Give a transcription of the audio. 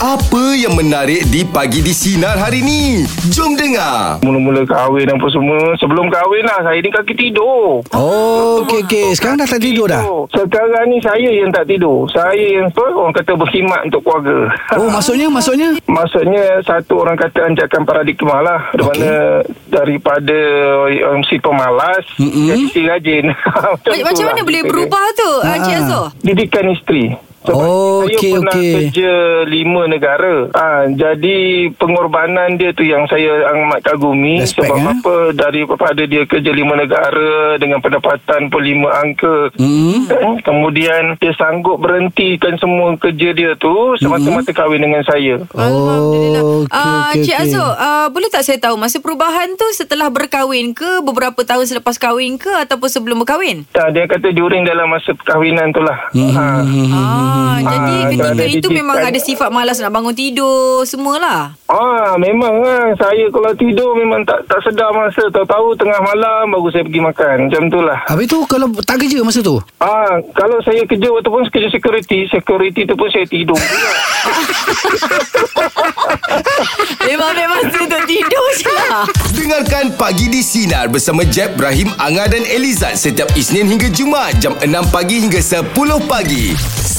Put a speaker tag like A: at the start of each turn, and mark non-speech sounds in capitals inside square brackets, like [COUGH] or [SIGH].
A: Apa yang menarik di pagi di sinar hari ni? Jom dengar.
B: Mula-mula kahwin apa semua Sebelum kahwin lah Saya ni kaki tidur
C: Oh, okey okey. Sekarang dah tak tidur dah.
B: Oh, Sekarang ni saya yang tak tidur Saya yang apa Orang kata berkhidmat untuk keluarga
C: Oh, maksudnya maksudnya
B: [LAUGHS] Maksudnya satu orang kata anjakan paradigma lah okay. mana daripada um, si pemalas
C: Mm-mm.
B: jadi si rajin. [LAUGHS] macam,
D: Ma-
B: tu
D: Macam
B: lah
D: mana
B: kita
D: boleh
B: dia.
D: berubah tu ha. Cik Azor?
B: Didikan isteri.
C: Oh,
B: saya
C: okey,
B: pernah
C: okey.
B: kerja lima negara. Ha, jadi pengorbanan dia tu yang saya amat kagumi
C: Respect,
B: sebab
C: eh?
B: apa daripada dia kerja lima negara dengan pendapatan pun lima angka.
C: Hmm.
B: Eh, Kemudian dia sanggup berhentikan semua kerja dia tu semata-mata kahwin dengan saya.
D: Alhamdulillah.
C: Hmm. Oh, okey,
D: Ah,
C: okey,
D: Cik
C: okey.
D: Azor, ah, boleh tak saya tahu masa perubahan tu setelah berkahwin ke beberapa tahun selepas kahwin ke ataupun sebelum berkahwin?
B: Tak, Ha, dia kata during dalam masa perkahwinan tu lah.
C: Hmm,
B: Ha.
D: Ah, jadi
B: Ah,
D: ketika
B: kalau
D: itu
B: digital-
D: memang ada sifat malas nak bangun tidur semualah.
B: Ah, memang lah. Saya kalau tidur memang tak tak sedar masa. Tahu-tahu tengah malam baru saya pergi makan. Macam tu lah.
C: Habis tu kalau tak kerja masa tu?
B: Ah, kalau saya kerja waktu pun kerja security, security tu pun saya tidur. pula.
D: Memang memang masa untuk tidur je lah.
A: Dengarkan Pagi di Sinar bersama Jeb, Ibrahim, Anga dan Elizad setiap Isnin hingga Jumaat jam 6 pagi hingga 10 pagi.